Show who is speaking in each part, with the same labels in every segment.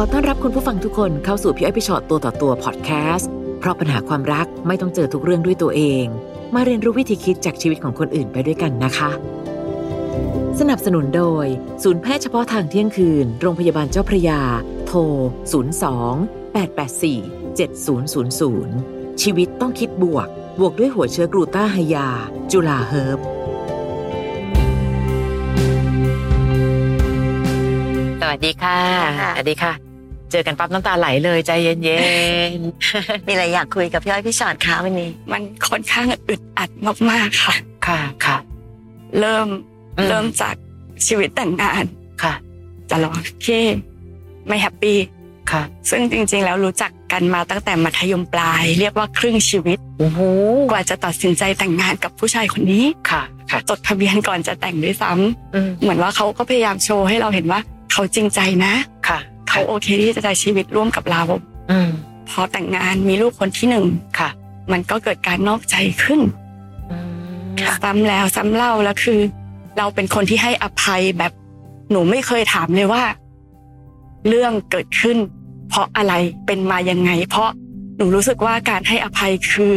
Speaker 1: อต้อนรับคุณผู้ฟังทุกคนเข้าสู่พี่อ้อยพี่ชอตตัวต่อตัวพอดแคสต์เพราะปัญหาความรักไม่ต้องเจอทุกเรื่องด้วยตัวเอง มาเรียนรู้วิธีคิดจากชีวิตของคนอื่นไปด้วยกันนะคะ สนับสนุนโดย ศูนย์แพทย์เฉพาะทางเที่ยงคืน โรงพยาบาลเจ้าพระยา โทร 02 884 7000 ชีวิตต้องคิดบวก บวกด้วยหัวเชื้อกลูต้าไฮยา จุลาเฮิร์บ สวัสดีค่ะ
Speaker 2: ค่ะ
Speaker 1: สวัสดีค่ะ เจอกันปั๊บน้ำตาไหลเลยใจเย็น
Speaker 2: มีอะไรอยากคุยกับพี่อ้อยพี่ชอตคะวันนี้
Speaker 3: มันค่อนข้างอึดอัดมากๆค่ะ
Speaker 1: ๆ ค่ะค่ะ
Speaker 3: เริ่ม
Speaker 1: อื
Speaker 3: เริ่มจากชีวิตแต่งงาน
Speaker 1: ค่ะ
Speaker 3: จะรองที่ไม่แฮปปี้
Speaker 1: ค่ะ
Speaker 3: ซึ่งจริงๆ แล้วรู้จักกันมาตั้งแต่มัธยมปลาย เรียกว่าครึ่งชีวิต
Speaker 1: โอ้โห
Speaker 3: กว่าจะตัดสินใจแต่งงานกับผู้ชายคนนี้
Speaker 1: ค่ะค่ะ
Speaker 3: จดทะเบียนก่อนจะแต่งด้วยซ้ำ
Speaker 1: อืม
Speaker 3: เหมือนว่าเขาก็พยายามโชว์ให้เราเห็นว่า เขาจริงใจนะ
Speaker 1: ค่ะ
Speaker 3: เขาโอเคที่จะใช้ชีวิตร่วมกับเรา
Speaker 1: อืม
Speaker 3: พอแต่งงานมีลูกคนที่หนึ่ง
Speaker 1: ค่ะ
Speaker 3: มันก็เกิดการนอกใจขึ้น
Speaker 1: อืม
Speaker 3: ซ้ำแล้วซ้ำเล่าแล้วคือ เราเป็นคนที่ให้อภัยแบบหนูไม่เคยถามเลยว่า เรื่องเกิดขึ้น เพราะอะไรเป็นมายังไง เพราะหนูรู้สึกว่าการให้อภัยคือ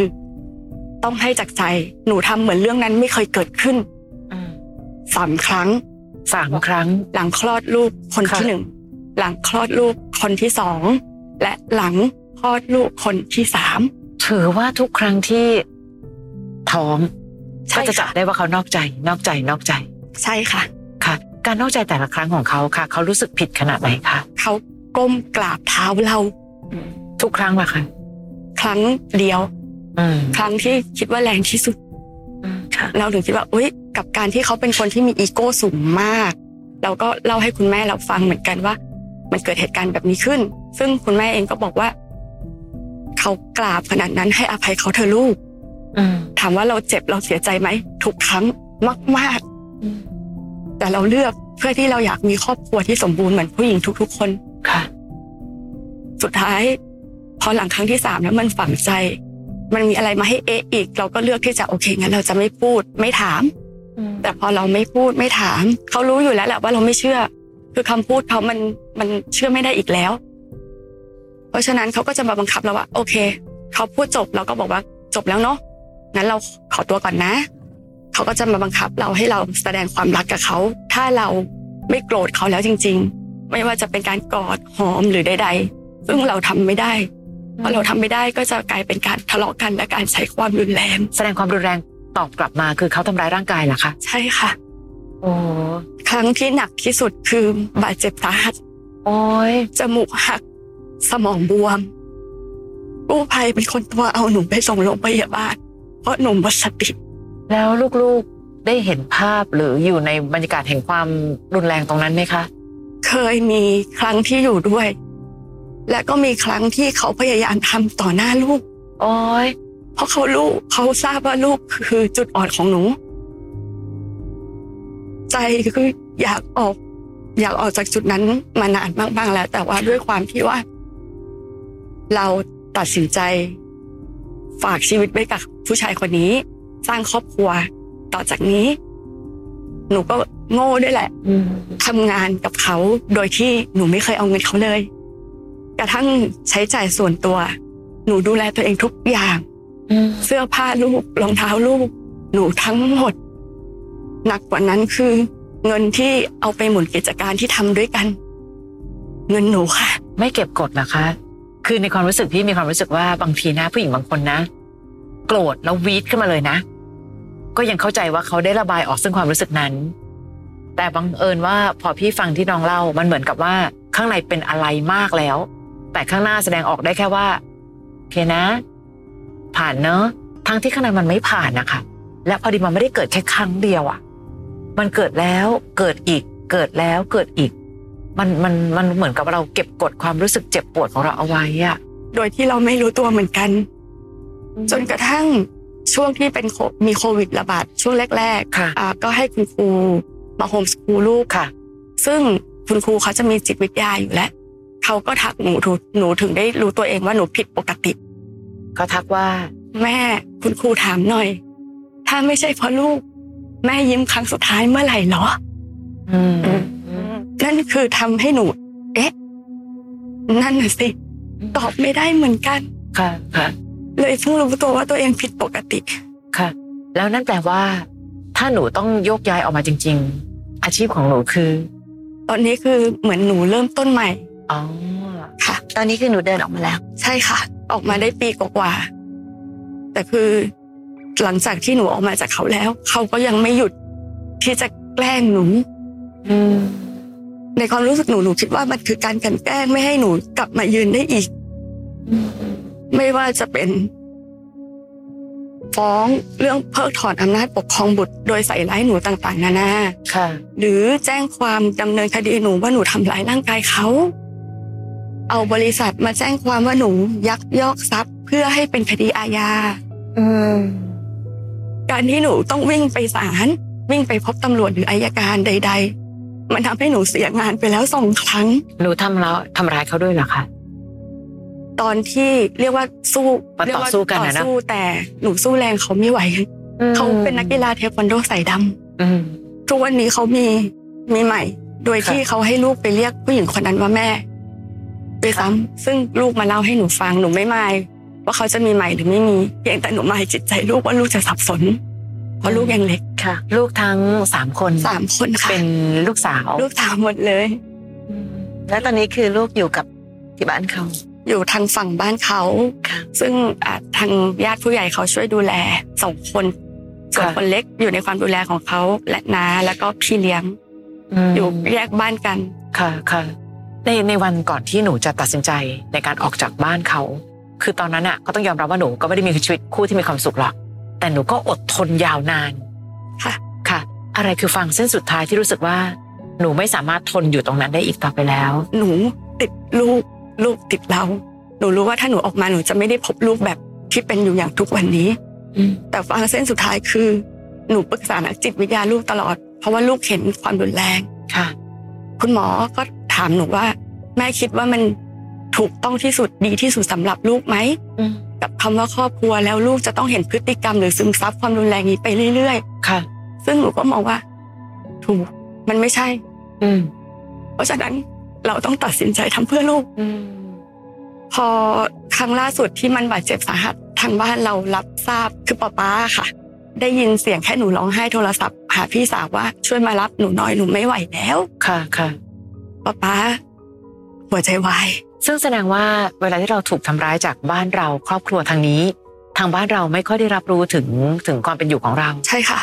Speaker 3: ต้องให้จากใจ หนูทำเหมือนเรื่องนั้นไม่เคยเกิดขึ้น
Speaker 1: อืม
Speaker 3: สามครั้ง
Speaker 1: สามครั้ง
Speaker 3: หลังคลอดลูกคน
Speaker 1: ค่ะ
Speaker 3: ที่หนึ่งหลังคลอดลูกคนที่สองและหลังคลอดลูกคนที่สาม
Speaker 1: ถือว่าทุกครั้งที่ท้อง
Speaker 3: ใช่
Speaker 1: ก็จะจับ
Speaker 3: ค่ะ
Speaker 1: ได้ว่าเขานอกใจ นอกใจนอกใจ
Speaker 3: ใช่ค่ะ
Speaker 1: ค่ะ การนอกใจแต่ละครั้งของเขาค่ะ เขารู้สึกผิดขนาดไหนคะ
Speaker 3: เขาก้มกราบเท้าเรา
Speaker 1: ทุกครั้งละคะ
Speaker 3: ครั้งเดียว
Speaker 1: อืม
Speaker 3: ครั้งที่คิดว่าแรงที่สุด
Speaker 1: อืมค่ะ
Speaker 3: เราถึงคิดว่าอุ้ยกับการที่เขาเป็นคนที่มีอีโก้สูงมาก เราก็เล่าให้คุณแม่เราฟังเหมือนกันว่า มันเกิดเหตุการณ์แบบนี้ขึ้น ซึ่งคุณแม่เองก็บอกว่า เขากราบขนาดนั้นให้อภัยเขาเธอะลูก
Speaker 1: อืม
Speaker 3: ถามว่าเราเจ็บเราเสียใจไหมทุกครั้งมาก
Speaker 1: อืม
Speaker 3: ๆ แต่เราเลือกเพื่อที่เราอยากมีครอบครัวที่สมบูรณ์เหมือนผู้หญิงทุก ๆ คน
Speaker 1: ค่ะ
Speaker 3: สุดท้าย พอหลังครั้งที่สามแล้วมันฝังใจ มันมีอะไรมาให้เอะอีก เราก็เลือกที่จะโอเคงั้นเราจะไม่พูดไม่ถาม แต่พอเราไม่พูดไม่ถาม เขารู้อยู่แล้วแหละว่าเราไม่เชื่อ คือคำพูดเขามันมันเชื่อไม่ได้อีกแล้ว เพราะฉะนั้นเขาก็จะมาบังคับเราว่า โอเค เขาพูดจบเราก็บอกว่าจบแล้วเนาะงั้นเราขอตัวก่อนนะ เขาก็จะมาบังคับเราให้เราแสดงความรักกับเขา ถ้าเราไม่โกรธเขาแล้วจริง ๆ ไม่ว่าจะเป็นการกอดหอมหรือใดๆซึ่งเราทำไม่ได้เพราะเราทำไม่ได้ก็จะกลายเป็นการทะเลาะกันและการใช้ความรุนแรง
Speaker 1: แสดงความรุนแรงตอบกลับมาคือเขาทำร้ายร่างกายเหรอคะ
Speaker 3: ใช่ค่ะ
Speaker 1: โอ้
Speaker 3: ครั้งที่หนักที่สุดคือบาดเจ็บสาหัส
Speaker 1: โอ้ย
Speaker 3: จมูกหัก สมองบวมกู้ภัยเป็นคนตัวเอาหนูไปส่งโรงพยาบาล เพราะหนูหมดสติ
Speaker 1: แล้วลูกๆได้เห็นภาพหรืออยู่ในบรรยากาศแห่งความรุนแรงตรงนั้นไหมคะ
Speaker 3: เคยมีครั้งที่อยู่ด้วย และก็มีครั้งที่เขาพยายามทำต่อหน้าลูก
Speaker 1: โอ้ย
Speaker 3: เพราะเขาลูกเขาทราบว่าลูกคือจุดอ่อนของหนู ใจคืออยากออก อยากออกจากจุดนั้นมานานมากๆแล้ว แต่ว่าด้วยความที่ว่า เราตัดสินใจ ฝากชีวิตไว้กับผู้ชายคนนี้ สร้างครอบครัวต่อจากนี้ หนูก็โง่ด้วยแหละ
Speaker 1: อืม
Speaker 3: ทำงานกับเขาโดยที่หนูไม่เคยเอาเงินเขาเลย กระทั่งใช้จ่ายส่วนตัว หนูดูแลตัวเองทุกอย่าง
Speaker 1: อืม
Speaker 3: เสื้อผ้าลูกรองเท้าลูก หนูทั้งหมด หนักกว่านั้นคือ เงินที่เอาไปหมุนกิจการที่ทำด้วยกัน เงินหนูค่ะ
Speaker 1: ไม่เก็บกดเหรอคะ คือในความรู้สึกพี่มีความรู้สึกว่าบางทีนะผู้หญิงบางคนนะ โกรธแล้ววีดขึ้นมาเลยนะ ก็ยังเข้าใจว่าเขาได้ระบายออกซึ่งความรู้สึกนั้น แต่บังเอิญว่าพอพี่ฟังที่น้องเล่ามันเหมือนกับว่าข้างในเป็นอะไรมากแล้ว แต่ข้างหน้าแสดงออกได้แค่ว่าโอเคนะ ผ่านเนอะทั้งที่ข้างในมันไม่ผ่านนะคะและพอดีมันไม่ได้เกิดแค่ครั้งเดียวอะ่ะ มันเกิดแล้วเกิดอีก เกิดแล้วเกิดอีก มันมันมันเหมือนกับเราเก็บกดความรู้สึกเจ็บปวดของเราเอาไว้อะ
Speaker 3: โดยที่เราไม่รู้ตัวเหมือนกัน จนกระทั่งช่วงที่เป็นโคมีโควิดระบาดช่วงแรก
Speaker 1: ค่ะ
Speaker 3: ๆอ่าก็ให้คุณครูมาโฮมสกูลลูก
Speaker 1: ค่ะ
Speaker 3: ซึ่งคุณครูเขาจะมีจิตวิทยาอยู่แล้ว เขาก็ทักหนูถูหนูถึงได้รู้ตัวเองว่าหนูผิดปกติ
Speaker 1: เขาทักว่า
Speaker 3: แม่คุณครูถามหน่อย ถ้าไม่ใช่เพราะลูก แม่ยิ้มครั้งสุดท้ายเมื่อไหร่หรอ
Speaker 1: อืม
Speaker 3: อืม นั่นคือทำให้หนู เอ๊ะ นั่นน่ะสิตอบไม่ได้เหมือนกัน
Speaker 1: ค่ะค่ะ
Speaker 3: เลยเพิ่งรู้ตัวว่าตัวเองผิดปกติ
Speaker 1: ค่ะ แล้วนั่นแปลว่า ถ้าหนูต้องโยกย้ายออกมาจริง ๆ อาชีพของหนูคือ
Speaker 3: ตอนนี้คือเหมือนหนูเริ่มต้นใหม่
Speaker 1: อ๋อ
Speaker 2: ตอนนี้คือหนูเดินออกมาแล้ว
Speaker 3: ใช่ค่ะ ออกมาได้ปีกว่าๆแต่คือหลังจากที่หนูออกมาจากเขาแล้ว เขาก็ยังไม่หยุดที่จะแกล้งหนู
Speaker 1: อืม
Speaker 3: ในความรู้สึกหนูหนูคิดว่ามันคือการกลันแกล้งไม่ให้หนูกลับมายืนได้อีก ไม่ว่าจะเป็น ฟ้องเรื่องเพิกถอนอำนาจปกครองบุตร โดยใส่ร้ายหนูต่างๆ นานา
Speaker 1: ค่ะ
Speaker 3: หรือแจ้งความดำเนินคดีหนูว่าหนูทำร้ายร่างกายเขา เอาบริษัทมาแจ้งความว่าหนูยักยอกทรัพย์ เพื่อให้เป็นคดีอาญา
Speaker 2: อืม
Speaker 3: การที่หนูต้องวิ่งไปศาลวิ่งไปพบตำรวจหรืออายการใด ๆ มันทำให้หนูเสียงานไปแล้วสองครั้ง
Speaker 1: หนูทำแล้วทำร้ายเขาด้วยเหรอคะ
Speaker 3: ตอนที่เรียกว่าสู้
Speaker 1: มัน
Speaker 3: เรีย
Speaker 1: ต่อ
Speaker 3: ว่า
Speaker 1: สู้กันอะนะ
Speaker 3: ต่อสู้แต่หนูสู้แรงเขาไม่ไหว เขาเป็นนักกีฬาเทควันโดสายด
Speaker 1: อืม
Speaker 3: ำทุกวันนี้เขามีมีใหม่ โดย
Speaker 1: ค่ะ
Speaker 3: ที่เขาให้ลูกไปเรียกผู้หญิงคนนั้นว่าแม่ด้วยซ้ำซึ่งลูกมาเล่าให้หนูฟังหนูไม่มายว่าเขาจะมีใหม่หรือไม่มีเพียงแต่หนูมายจิตใจลูกว่าลูกจะสับสน เพราะลูกยังเล็ก
Speaker 2: ค่ะ
Speaker 1: ลูกทั้งสามคน
Speaker 3: สามคนค่ะ
Speaker 1: เป็นลูกสาว
Speaker 3: ลูกสามหมดเลย
Speaker 2: แล้วตอนนี้คือลูกอยู่กับที่บ้านเขา
Speaker 3: อยู่ทางฝั่งบ้านเขา
Speaker 2: ค่ะ
Speaker 3: ซึ่งอ่ะทางญาติผู้ใหญ่เขาช่วยดูแลสองคนส่วนคนเล็กอยู่ในความดูแลของเขาและน้าแล้วก็พี่เลี้ยง
Speaker 1: ม
Speaker 3: อยู่แยกบ้านกัน
Speaker 1: ค่ะค่ะ ในในวันก่อนที่หนูจะตัดสินใจในการออกจากบ้านเขา คือตอนนั้นอ่ะก็ต้องยอมรับว่าหนูก็ไม่ได้มีชีวิตคู่ที่มีความสุขหรอก แต่หนูก็อดทนยาวนาน
Speaker 3: ค่ะ
Speaker 1: ค่ะ อะไรคือฟังเส้นสุดท้ายที่รู้สึกว่า หนูไม่สามารถทนอยู่ตรงนั้นได้อีกต่อไปแล้ว
Speaker 3: หนูติดลูกลูกติดเรา หนูรู้ว่าถ้าหนูออกมาหนูจะไม่ได้พบลูกแบบที่เป็นอยู่อย่างทุกวันนี้
Speaker 1: อืม
Speaker 3: แต่ฟังเส้นสุดท้ายคือ หนูปรึกษานักจิตวิทยาลูกตลอด เพราะว่าลูกเห็นความรุนแรง
Speaker 1: ค่ะ
Speaker 3: คุณหมอก็ถามหนูว่า แม่คิดว่ามันถูกต้องที่สุดดีที่สุดสำหรับลูกไหม กับคำว่าครอบครัวแล้วลูกจะต้องเห็นพฤติกรรมหรือซึมซับความรุนแรงนี้ไปเรื่อย
Speaker 1: ค่ะ
Speaker 3: ๆ ซึ่งหนูก็มองว่า ถูกมันไม่ใช่
Speaker 1: อืม
Speaker 3: เพราะฉะนั้นเราต้องตัดสินใจทำเพื่อลูก
Speaker 1: อืม
Speaker 3: พอครั้งล่าสุดที่มันบาดเจ็บสาหัสทางบ้านเรารับทราบคือป้าป้าค่ะ ได้ยินเสียงแค่หนูร้องไห้โทรศัพท์หาพี่สาวว่าช่วยมารับหนูหน่อยหนูไม่ไหวแล้ว
Speaker 1: ค่ะค่ะ
Speaker 3: ป้าป้าหัวใจวาย
Speaker 1: ซึ่งแสดงว่าเวลาที่เราถูกทำร้ายจากบ้านเราครอบครัวทางนี้ ทางบ้านเราไม่ค่อยได้รับรู้ถึงถึงความเป็นอยู่ของเรา
Speaker 3: ใช่ค่ะ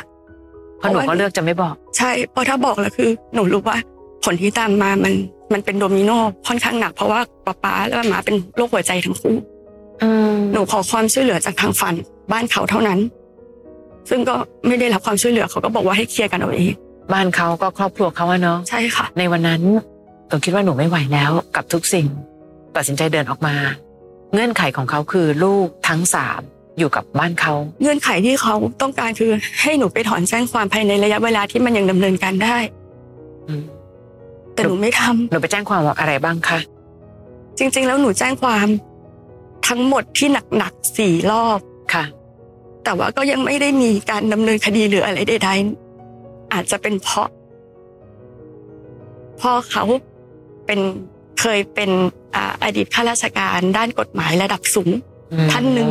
Speaker 1: เพราะหนูก็เลือกจะไม่บอก
Speaker 3: ใช่เพราะถ้าบอกแล้วคือ หนูรู้ว่าผลที่ตามมามันมันเป็นโดมิโนค่อนข้างหนักเพราะว่าป๊าป๊าและหมาเป็นโรคหัวใจทั้งคู่
Speaker 1: อืม
Speaker 3: หนูขอความช่วยเหลือจากทางฝันบ้านเขาเท่านั้น ซึ่งก็ไม่ได้รับความช่วยเหลือเขาก็บอกว่าให้เคลียร์กันเอาเอง
Speaker 1: บ้านเขาก็ครอบครัวเขาอะเนาะ
Speaker 3: ใช่ค่ะ
Speaker 1: ในวันนั้นหนูคิดว่าหนูไม่ไหวแล้วกับทุกสิ่ง ตัดสินใจเดินออกมา เงื่อนไขของเขาคือลูกทั้งสามอยู่กับบ้านเขา
Speaker 3: เงื่อนไขที่เขาต้องการคือให้หนูไปถอนแจ้งความภายในระยะเวลาที่มันยังดำเนินการได้
Speaker 1: อืม
Speaker 3: แต่หนูไม่ทำ
Speaker 1: หนูไปแจ้งความว่าอะไรบ้างคะ
Speaker 3: จริง ๆ แล้วหนูแจ้งความทั้งหมดที่หนักๆสี่รอบ
Speaker 1: ค่ะ
Speaker 3: แต่ว่าก็ยังไม่ได้มีการดำเนินคดีหรืออะไรใดๆอาจจะเป็นเพราะพ่อเขาเป็นเคยเป็นอ่าอดีตข้าราชการด้านกฎหมายระดับสูง
Speaker 1: อืม
Speaker 3: ท่านหนึ่ง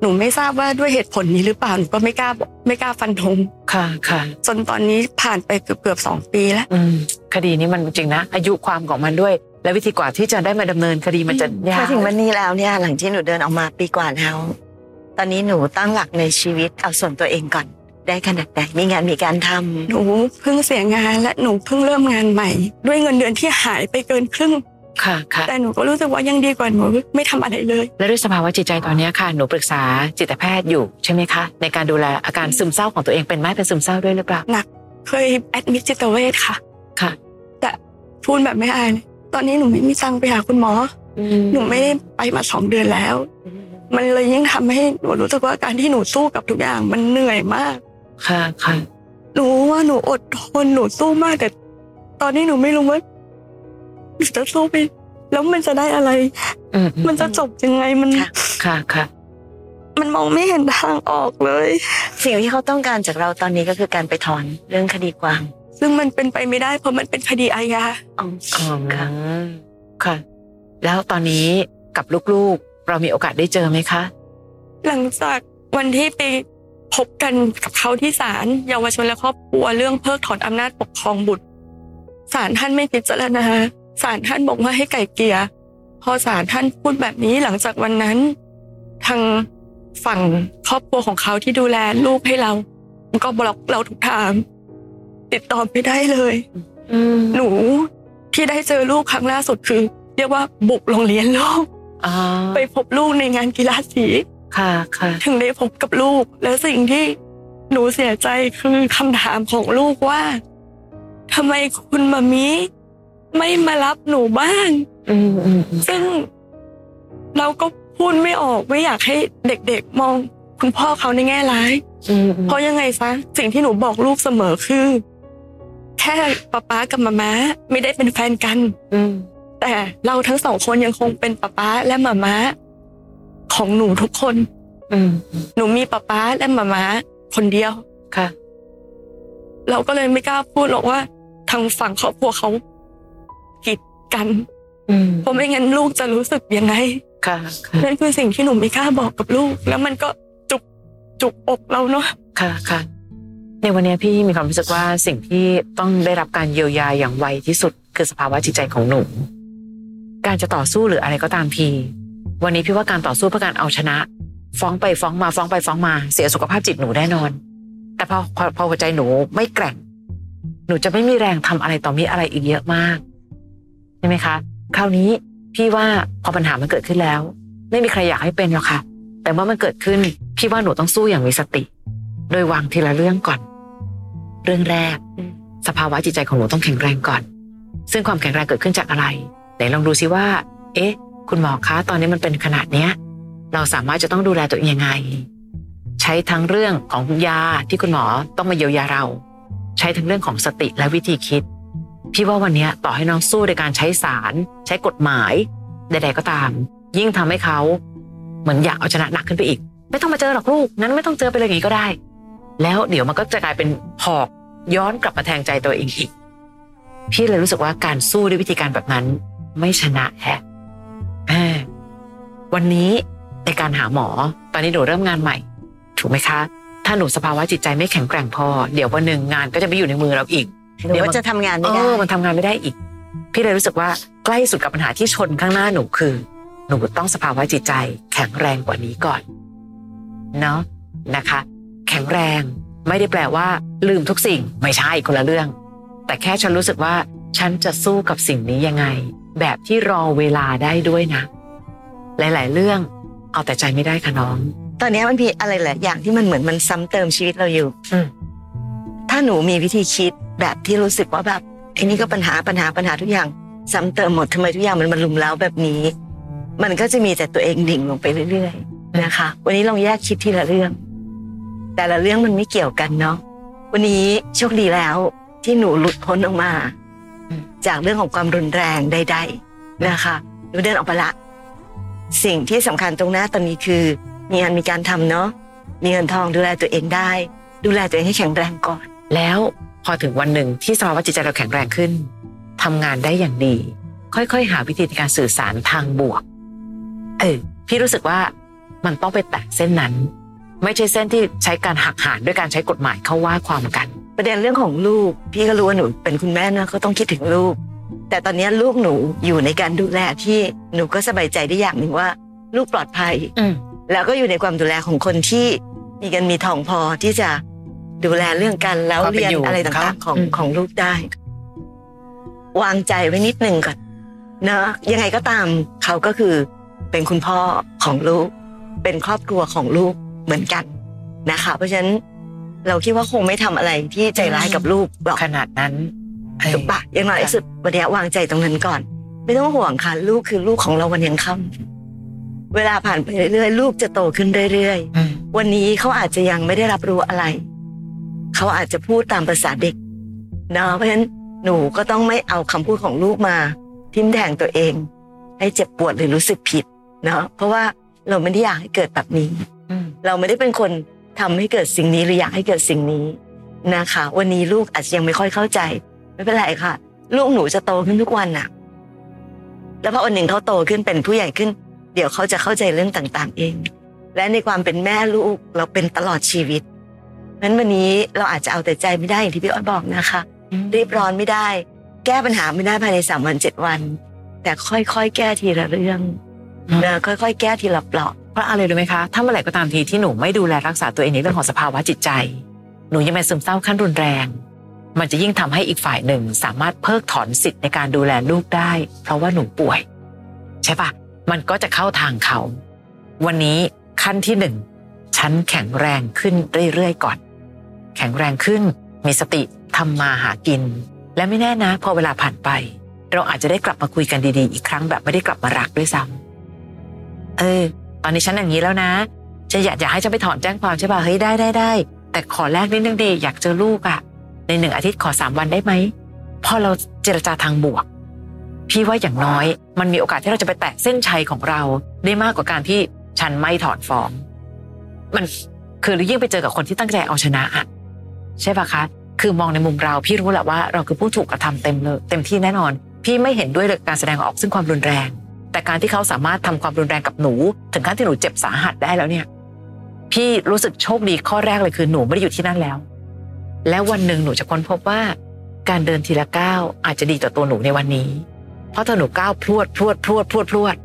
Speaker 3: หนูไม่ทราบว่าด้วยเหตุผลนี้หรือเปล่าหนูก็ไม่กล้าบอกไม่กล้าฟันธง
Speaker 1: ค่ะค่ะ
Speaker 3: จนตอนนี้ผ่านไปเกือบเกือบๆสองปีแล้ว
Speaker 1: อืมคดีนี้มันจริงนะ อายุความของมันด้วย และวิธีกว่าที่จะได้มาดำเนินคดีมันจะยา
Speaker 2: พอก ถึงวันนี้แล้วเนี่ย หลังที่หนูเดินออกมาปีกว่าแล้ว ตอนนี้หนูตั้งหลักในชีวิตเอาส่วนตัวเองก่อน ได้ขนาดไหนมีงานมีการทำ
Speaker 3: หนูเพิ่งเสียงานและหนูเพิ่งเริ่มงานใหม่ ด้วยเงินเดือนที่หายไปเกินครึ่ง
Speaker 1: ค่ะค่ะ
Speaker 3: แต่หนูก็รู้สึกว่ายังดีกว่าหนูไม่ทำอะไรเลย
Speaker 1: และด้วยสภาวะจิตใจตอนเนี้ยค่ะ หนูปรึกษาจิตแพทย์อยู่ใช่ไหมคะ ในการดูแลอาการซึมเศร้าของตัวเองเป็นไหมเป็นซึมเศร้าด้วยหรือเปล่า
Speaker 3: เคยแอดมิดจิตเวชค่ะ
Speaker 1: ค่ะ
Speaker 3: แต่พูดแบบไม่อายเลยตอนนี้หนูไม่มีตังค์ไปหาคุณหมอ หนูไม่ได้ไปมาสองเดือนแล้ว มันเลยยิ่งทำให้หนูรู้สึกว่าการที่หนูสู้กับทุกอย่างมันเหนื่อยมาก
Speaker 1: ค่ะค่ะ
Speaker 3: หนูว่าหนูอดทนหนูสู้มากแต่ ตอนนี้หนูไม่รู้ว่าหนูจะสู้ไป แล้วมันจะได้อะไร
Speaker 1: อืมอืม
Speaker 3: มันจะจบยังไงมัน
Speaker 1: ค่ะค่ะ
Speaker 3: มันมองไม่เห็นทางออกเลย
Speaker 2: สิ่งที่เขาต้องการจากเราตอนนี้ก็คือการไปถอนเรื่องคดีความ
Speaker 3: ซึ่งมันเป็นไปไม่ได้เพราะมันเป็นคดีอาญา
Speaker 2: อ๋อ
Speaker 1: อืม
Speaker 2: ค่ะ
Speaker 1: ค่ะ แล้วตอนนี้กับลูกๆ เรามีโอกาสได้เจอไหมคะ
Speaker 3: หลังจากวันที่ไปพบกันกับเขาที่ศาลเยาวชนและครอบครัวเรื่องเพิกถอนอำนาจปกครองบุตรศาลท่านไม่พิจารณาศาลท่านบอกว่าให้ไก่เกลียพอศาลท่านพูดแบบนี้หลังจากวันนั้น ทางฝั่งครอบครัวของเขาที่ดูแลลูกให้เราก็บล็อกเราทุกทางติดต่อไม่ได้เลย หนูที่ได้เจอลูกครั้งล่าสุดคือ เรียกว่าบุกโรงเรียนลูก
Speaker 1: อ๋อ
Speaker 3: ไปพบลูกในงานกีฬาสี
Speaker 1: ค่ะค่ะ
Speaker 3: ถึงได้พบกับลูก และสิ่งที่หนูเสียใจคือคำถามของลูกว่าทำไมคุณมามิไม่มารับหนูบ้าง
Speaker 1: อืมอืมอืม
Speaker 3: ซึ่งเราก็พูดไม่ออกไม่อยากให้เด็กๆมองคุณพ่อเขาในแง่ร้าย
Speaker 1: อืม
Speaker 3: เพราะยังไงซะสิ่งที่หนูบอกลูกเสมอคือ แค่ป๊าป๊ากับมาม้าไม่ได้เป็นแฟนกัน
Speaker 1: อืม
Speaker 3: แต่เราทั้งสองคนยังคงเป็นป๊าป๊าและมาม้าของหนูทุกคน
Speaker 1: อืม
Speaker 3: หนูมีป๊าป๊าและหมาม้าคนเดียว
Speaker 1: ค่ะ
Speaker 3: เราก็เลยไม่กล้าพูดหรอกว่า ทางฝั่งครอบครัวเขากีดกัน
Speaker 1: อืม
Speaker 3: เพราะไม่งั้นลูกจะรู้สึกยังไง
Speaker 1: ค่ะค่ะ
Speaker 3: นั่นคือสิ่งที่หนูไม่กล้าบอกกับลูก แล้วมันก็จุกจุกอกเราเนาะ
Speaker 1: ค่ะค่ะ ในวันนี้พี่มีความรู้สึกว่าสิ่งที่ต้องได้รับการเยียวยาอย่างไวที่สุด คือสภาวะจิตใจของหนู การจะต่อสู้หรืออะไรก็ตามที วันนี้พี่ว่าการต่อสู้เพื่อการเอาชนะ ฟ้องไปฟ้องมาฟ้องไปฟ้องมาเสียสุขภาพจิตหนูแน่นอน แต่พอพอพอหัวใจหนูไม่แกร่ง หนูจะไม่มีแรงทำอะไรต่อมีอะไรอีกเยอะมากใช่ไหมคะ คราวนี้พี่ว่าพอปัญหามันเกิดขึ้นแล้ว ไม่มีใครอยากให้เป็นหรอกค่ะ แต่เมื่อมันเกิดขึ้นพี่ว่าหนูต้องสู้อย่างมีสติ โดยวางทีละเรื่องก่อน เรื่องแรก สภาวะจิตใจของหนูต้องแข็งแรงก่อน ซึ่งความแข็งแรงเกิดขึ้นจากอะไรไหนลองดูซิว่า เอ๊ะ คุณหมอคะตอนนี้มันเป็นขนาดเนี้ย เราสามารถจะต้องดูแลตัวเองยังไง ใช้ทั้งเรื่องของยาที่คุณหมอต้องมาเยียวยาเรา ใช้ทั้งเรื่องของสติและวิธีคิด พี่ว่าวันเนี้ยต่อให้น้องสู้ในการใช้ศาลใช้กฎหมายใด ๆ ก็ตาม ยิ่งทำให้เขาเหมือนอยากเอาชนะหนักขึ้นไปอีก ไม่ต้องมาเจอหรอกลูกนั้นไม่ต้องเจอไปเลยอย่างนี้ก็ได้ แล้วเดี๋ยวมันก็จะกลายเป็นหอกย้อนกลับมาแทงใจตัวเองอีก พี่เลยรู้สึกว่าการสู้ด้วยวิธีการแบบนั้น ไม่ชนะแฮะแม่วันนี้ในการหาหมอ ตอนนี้หนูเริ่มงานใหม่ ถูกไหมคะ ถ้าหนูสภาวะจิตใจไม่แข็งแกร่งพอ เดี๋ยววันหนึ่งงานก็จะไปอยู่ในมือเราอีก
Speaker 2: หนูก็จะทำงานไม่ได้
Speaker 1: เออมันทำงานไม่ได้อีก พี่เลยรู้สึกว่าใกล้สุดกับปัญหาที่ชนข้างหน้าหนูคือ หนูต้องสภาวะจิตใจแข็งแรงกว่านี้ก่อน เนาะนะคะ แข็งแรงไม่ได้แปลว่า ลืมทุกสิ่งไม่ใช่คนละเรื่อง แต่แค่ฉันรู้สึกว่า ฉันจะสู้กับสิ่งนี้ยังไง แบบที่รอเวลาได้ด้วยนะ หลาย ๆ เรื่อง เอาแต่ใจไม่ได้ค่ะน้อง
Speaker 2: ตอนนี้มันมีอะไรหลายอย่างที่มันเหมือนมันซ้ำเติมชีวิตเราอยู่
Speaker 1: อืม
Speaker 2: ถ้าหนูมีวิธีคิดแบบที่รู้สึกว่าแบบไอ้นี่ก็ปัญหาปัญหาปัญหาทุกอย่าง ซ้ำเติมหมดทำไมทุกอย่างมันมันลุมเล้าแบบนี้ มันก็จะมีแต่ตัวเองดิ่งลงไปเรื่อยๆนะคะ วันนี้ลองแยกคิดทีละเรื่อง แต่ละเรื่องมันไม่เกี่ยวกันเนาะวันนี้โชคดีแล้วที่หนูหลุดพ้นออกมา จากเรื่องของความรุนแรงใด ๆนะคะหนูเดินออกไปละ สิ่งที่สำคัญตรงหน้าตอนนี้คือ มีงานมีการทำเนาะ มีเงินทองดูแลตัวเองได้ ดูแลตัวเองให้แข็งแรงก่อน
Speaker 1: แล้วพอถึงวันหนึ่งที่สภาวะจิตใจเราแข็งแรงขึ้นทำงานได้อย่างดี ค่อยๆ หาวิธีในการสื่อสารทางบวก เออพี่รู้สึกว่ามันต้องไปแตะเส้นนั้น ไม่ใช่เส้นที่ใช้การหักหานด้วยการใช้กฎหมายเข้าว่าความกัน
Speaker 2: ประเด็นเรื่องของลูก พี่ก็รู้ว่าหนูเป็นคุณแม่นะก็ต้องคิดถึงลูก แต่ตอนนี้ลูกหนูอยู่ในการดูแลที่หนูก็สบายใจได้อย่างหนึ่งว่า ลูกปลอดภัย
Speaker 1: อืม
Speaker 2: แล้วก็อยู่ในความดูแลของคนที่มีเงินมีทองพอที่จะดูแลเรื่องการแล้ว
Speaker 1: ความเป็
Speaker 2: เรี
Speaker 1: น
Speaker 2: ยน
Speaker 1: อยู่
Speaker 2: อะไรต่างๆ
Speaker 1: เขา
Speaker 2: ของ
Speaker 1: อืม
Speaker 2: ของลูกได้ วางใจไว้นิดนึงก่อนเนอะยังไงก็ตามเขาก็คือเป็นคุณพ่อของลูก เป็นครอบครัวของลูกเหมือนกันนะคะ เพราะฉะนั้นเราคิดว่าคงไม่ทำอะไรที่ใจร้ายกับลูกหรอก
Speaker 1: ขนาดนั้นเออ
Speaker 2: ถูกปะอย่างน้อย
Speaker 1: ค่ะ
Speaker 2: ที่สุดวันนี้วางใจตรงนั้นก่อน ไม่ต้องห่วงค่ะ ลูกคือลูกของเราวันยังค่ำเวลาผ่านไปเรื่อยๆลูกจะโตขึ้นเรื่อย
Speaker 1: อืม
Speaker 2: ๆ วันนี้เขาอาจจะยังไม่ได้รับรู้อะไร เขาอาจจะพูดตามภาษาเด็กเนาะเพราะฉะนั้นหนูก็ต้องไม่เอาคำพูดของลูกมาทิ่มแทงตัวเอง ให้เจ็บปวดหรือรู้สึกผิดเนาะเพราะว่าเราไม่ได้อยากให้เกิดแบบนี้
Speaker 1: อืม
Speaker 2: เราไม่ได้เป็นคนทำให้เกิดสิ่งนี้หรืออยากให้เกิดสิ่งนี้นะคะ วันนี้ลูกอาจจะยังไม่ค่อยเข้าใจ ไม่เป็นไรค่ะ ลูกหนูจะโตขึ้นทุกวันน่ะ แล้วพอวันหนึ่งเขาโตขึ้นเป็นผู้ใหญ่ขึ้น เดี๋ยวเขาจะเข้าใจเรื่องต่าง ๆ เอง และในความเป็นแม่ลูกเราเป็นตลอดชีวิตนั้นวันนี้เราอาจจะเอาแต่ใจไม่ได้อย่างที่พี่อ้อยบอกนะคะ รีบร้อนไม่ได้ แก้ปัญหาไม่ได้ภายในสามวันเจ็ดวัน แต่ค่อยๆแก้ทีละเรื่อง
Speaker 1: อืม
Speaker 2: นะค่อยๆ แก้ทีละเปลาะ
Speaker 1: เพราะอะไรรู้ไหมคะ ถ้าเมื่อไหร่ก็ตามทีที่หนูไม่ดูแลรักษาตัวเองในเรื่องของสภาวะจิตใจ หนูยังเป็นซึมเศร้าขั้นรุนแรง มันจะยิ่งทำให้อีกฝ่ายหนึ่งสามารถเพิกถอนสิทธิ์ในการดูแลลูกได้ เพราะว่าหนูป่วย ใช่ปะมันก็จะเข้าทางเขา วันนี้ขั้นที่หนึ่งฉันแข็งแรงขึ้นเรื่อยๆก่อน แข็งแรงขึ้น มีสติทำมาหากิน และไม่แน่นะ พอเวลาผ่านไป เราอาจจะได้กลับมาคุยกันดีๆ อีกครั้งแบบไม่ได้กลับมารักด้วยซ้ำ เออ ตอนนี้ฉันอย่างนี้แล้วนะจะอยากอยากให้ฉันไปถอนแจ้งความใช่ป่ะ เฮ้ยได้ได้ได้ แต่ขอแลกนิดนึงดี อยากเจอลูกอะ่ะ ในหนึ่งอาทิตย์ขอสามวันได้ไหม พอเราเจรจาทางบวก พี่ว่าอย่างน้อย มันมีโอกาสที่เราจะไปแตะเส้นชัยของเรา ได้มากกว่าการที่ฉันไม่ถอนฟ้อง มันคือหรือยิ่งไปเจอกับคนที่ตั้งใจเอาชนะอะใช่ป่ะคะ คือมองในมุมเราพี่รู้แหละว่าเราคือผู้ถูกกระทำเต็มเลยเต็มที่แน่นอน พี่ไม่เห็นด้วยกับการแสดงออกซึ่งความรุนแรง แต่การที่เขาสามารถทำความรุนแรงกับหนู ถึงขั้นที่หนูเจ็บสาหัสได้แล้วเนี่ย พี่รู้สึกโชคดีข้อแรกเลยคือหนูไม่ได้อยู่ที่นั่นแล้ว แล้ววันหนึ่งหนูจะค้นพบว่า การเดินทีละก้าวอาจจะดีต่อตัวหนูในวันนี้ เพราะถ้าหนูก้าวพรวดพรวดพรวดพรวดพรวด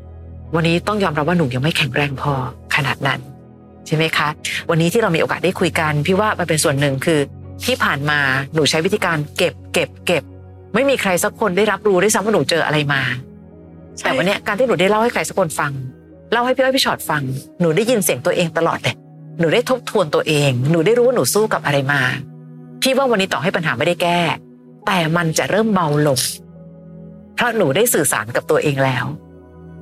Speaker 1: วันนี้ต้องยอมรับว่าหนูยังไม่แข็งแรงพอขนาดนั้นใช่ไหมคะ วันนี้ที่เรามีโอกาสได้คุยกันพี่ว่ามันเป็นส่วนหนึ่งคือ ที่ผ่านมาหนูใช้วิธีการเก็บ เก็บ เก็บ ไม่มีใครสักคนได้รับรู้ด้วยซ้ำว่าหนูเจออะไรมา
Speaker 3: ใช่
Speaker 1: แต่วันเนี้ยการที่หนูได้เล่าให้ใครสักคนฟัง เล่าให้พี่อ้อยพี่ชอดฟัง หนูได้ยินเสียงตัวเองตลอดเลยหนูได้ทบทวนตัวเอง หนูได้รู้ว่าหนูสู้กับอะไรมา พี่ว่าวันนี้ต่อให้ปัญหาไม่ได้แก้ แต่มันจะเริ่มเบาลง เพราะหนูได้สื่อสารกับตัวเองแล้ว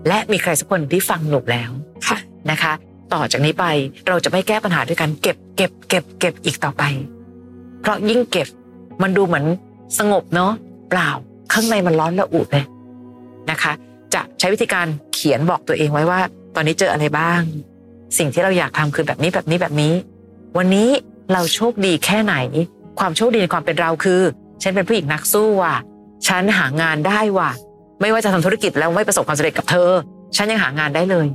Speaker 1: และมีใครสักคนที่ฟังหนูแล้ว
Speaker 3: ค่ะ
Speaker 1: นะคะ ต่อจากนี้ไปเราจะไม่แก้ปัญหาด้วยการเก็บเก็บเก็บเก็บอีกต่อไป เพราะยิ่งเก็บมันดูเหมือนสงบเนาะเปล่าข้างในมันร้อนระอุเลยนะคะ จะใช้วิธีการเขียนบอกตัวเองไว้ว่า ตอนนี้เจออะไรบ้าง สิ่งที่เราอยากทำคือแบบนี้แบบนี้แบบนี้ วันนี้เราโชคดีแค่ไหน ความโชคดีในความเป็นเราคือ ฉันเป็นผู้หญิงนักสู้ว่ะฉันหางานได้ว่ะ ไม่ว่าจะทำธุรกิจแล้วไม่ประสบความสำเร็จกับเธอ ฉันยังหางานได้เลย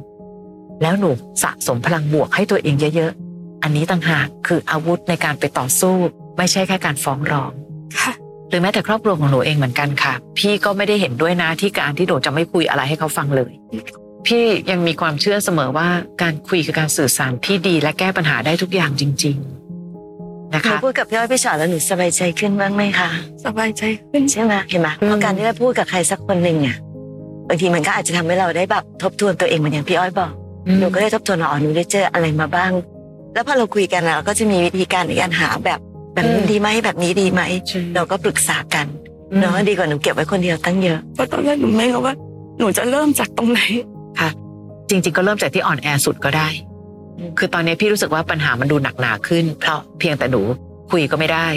Speaker 1: แล้วหนูสะสมพลังบวกให้ตัวเองเยอะๆ อันนี้ต่างหากคืออาวุธในการไปต่อสู้ ไม่ใช่แค่การฟ้องร้อง
Speaker 3: ค่ะ
Speaker 1: หรือแม้แต่ครอบครัวของหนูเองเหมือนกันค่ะ พี่ก็ไม่ได้เห็นด้วยนะที่การที่หนูจะไม่คุยอะไรให้เขาฟังเลย พี่ยังมีความเชื่อเสมอว่าการคุยคือการสื่อสารที่ดีและแก้ปัญหาได้ทุกอย่างจริง ๆ นะ
Speaker 2: หนู
Speaker 1: คะ
Speaker 2: พูดกับพี่อ้อยพี่ชอตแล้วหนูสบายใจขึ้นบ้างไหมคะ
Speaker 3: สบายใจขึ้น
Speaker 2: ใช่ไหมเห็นไหม
Speaker 1: อืม
Speaker 2: เพราะการที่ได้พูดกับใครสักคนหนึ่งอ่ะบางทีมันก็อาจจะทำให้เราได้แบบทบทวนตัวเองเหมือนอย่างพี่อ้อยบอกหนูก็ได้ทบทวนว่าอ๋อหนูได้เจออะไรมาบ้าง แล้วพอเราคุยกันอะเราก็จะมีวิธีการในการหาแบบแบบนี้ดีไหมแบบนี้ดีไหมเราก็ปรึกษากันเนาะดีกว่าหนูเก็บไว้คนเดียวตั้งเยอะ
Speaker 3: เพราะตอนแรกหนูไม่รู้ว่า หนูจะเริ่มจากตรงไหน
Speaker 1: จริงๆ ก็เริ่มจากที่อ่อนแอสุดก็ได้
Speaker 2: อืม
Speaker 1: คือตอนนี้พี่รู้สึกว่าปัญหามันดูหนักหนาขึ้น เพราะเพียงแต่หนูคุยก็ไม่ได้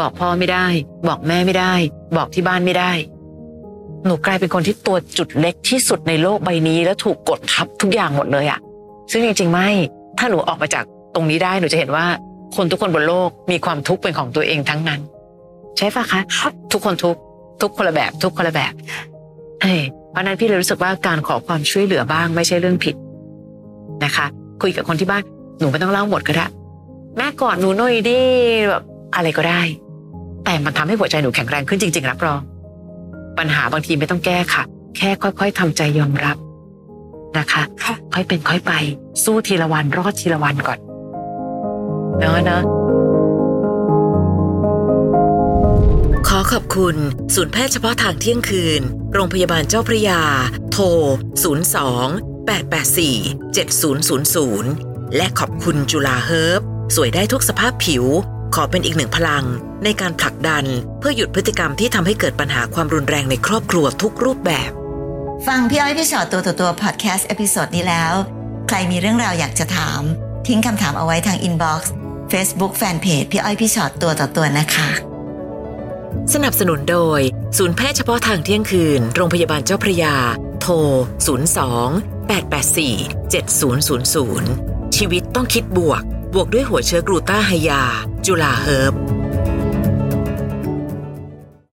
Speaker 1: บอกพ่อไม่ได้ บอกแม่ไม่ได้ บอกที่บ้านไม่ได้ หนูกลายเป็นคนที่ตัวจุดเล็กที่สุดในโลกใบนี้ แล้วถูกกดทับทุกอย่างหมดเลยอะซึ่งจริงๆ ไม่ ถ้าหนูออกมาจากตรงนี้ได้หนูจะเห็นว่า คนทุกคนบนโลกมีความทุกข์เป็นของตัวเองทั้งนั้น ใช่ปะคะ ทุกคนทุกข์ทุกคนละแบบ ทุกคนละแบบ เออเพราะฉะนั้นพี่เลยรู้สึกว่าการขอความช่วยเหลือบ้างไม่ใช่เรื่องผิดนะคะ คุยกับคนที่บ้านหนูไม่ต้องเล่าหมดก็ได้แม่กอดหนูหน่อยดิแบบอะไรก็ได้ แต่มันทำให้หัวใจหนูแข็งแรงขึ้นจริงๆรับรอง ปัญหาบางทีไม่ต้องแก้ค่ะ แค่ค่อยๆทำใจยอมรับนะคะ
Speaker 3: ค่ะ
Speaker 1: ค่อยเป็นค่อยไป สู้ทีละวันรอดทีละวันก่อนเนาะเนาะ
Speaker 4: ขอขอบคุณ ศูนย์แพทย์เฉพาะทางเที่ยงคืน โรงพยาบาลเจ้าพระยา โทร 02 884 7000 และขอบคุณจุฬาเฮิร์บสวยได้ทุกสภาพผิว ขอเป็นอีกหนึ่งพลัง ในการผลักดัน เพื่อหยุดพฤติกรรมที่ทำให้เกิดปัญหาความรุนแรงในครอบครัวทุกรูปแบบ
Speaker 5: ฟังพี่อ้อยพี่ชอตตัวต่อตัวพอดแคสต์เอพิโซดนี้แล้ว ใครมีเรื่องราวอยากจะถาม ทิ้งคำถามเอาไว้ทางอินบ็อกซ์เฟซบุ๊กแฟนเพจพี่อ้อยพี่ชอตตัวต่อตัวนะคะ
Speaker 4: สนับสนุนโดย ศูนย์แพทย์เฉพาะทางเที่ยงคืน โรงพยาบาลเจ้าพระยา โทร 02 884 7000 ชีวิตต้องคิดบวก บวกด้วยหัวเชื้อกลูต้าไฮยา จุฬาเฮิร์บ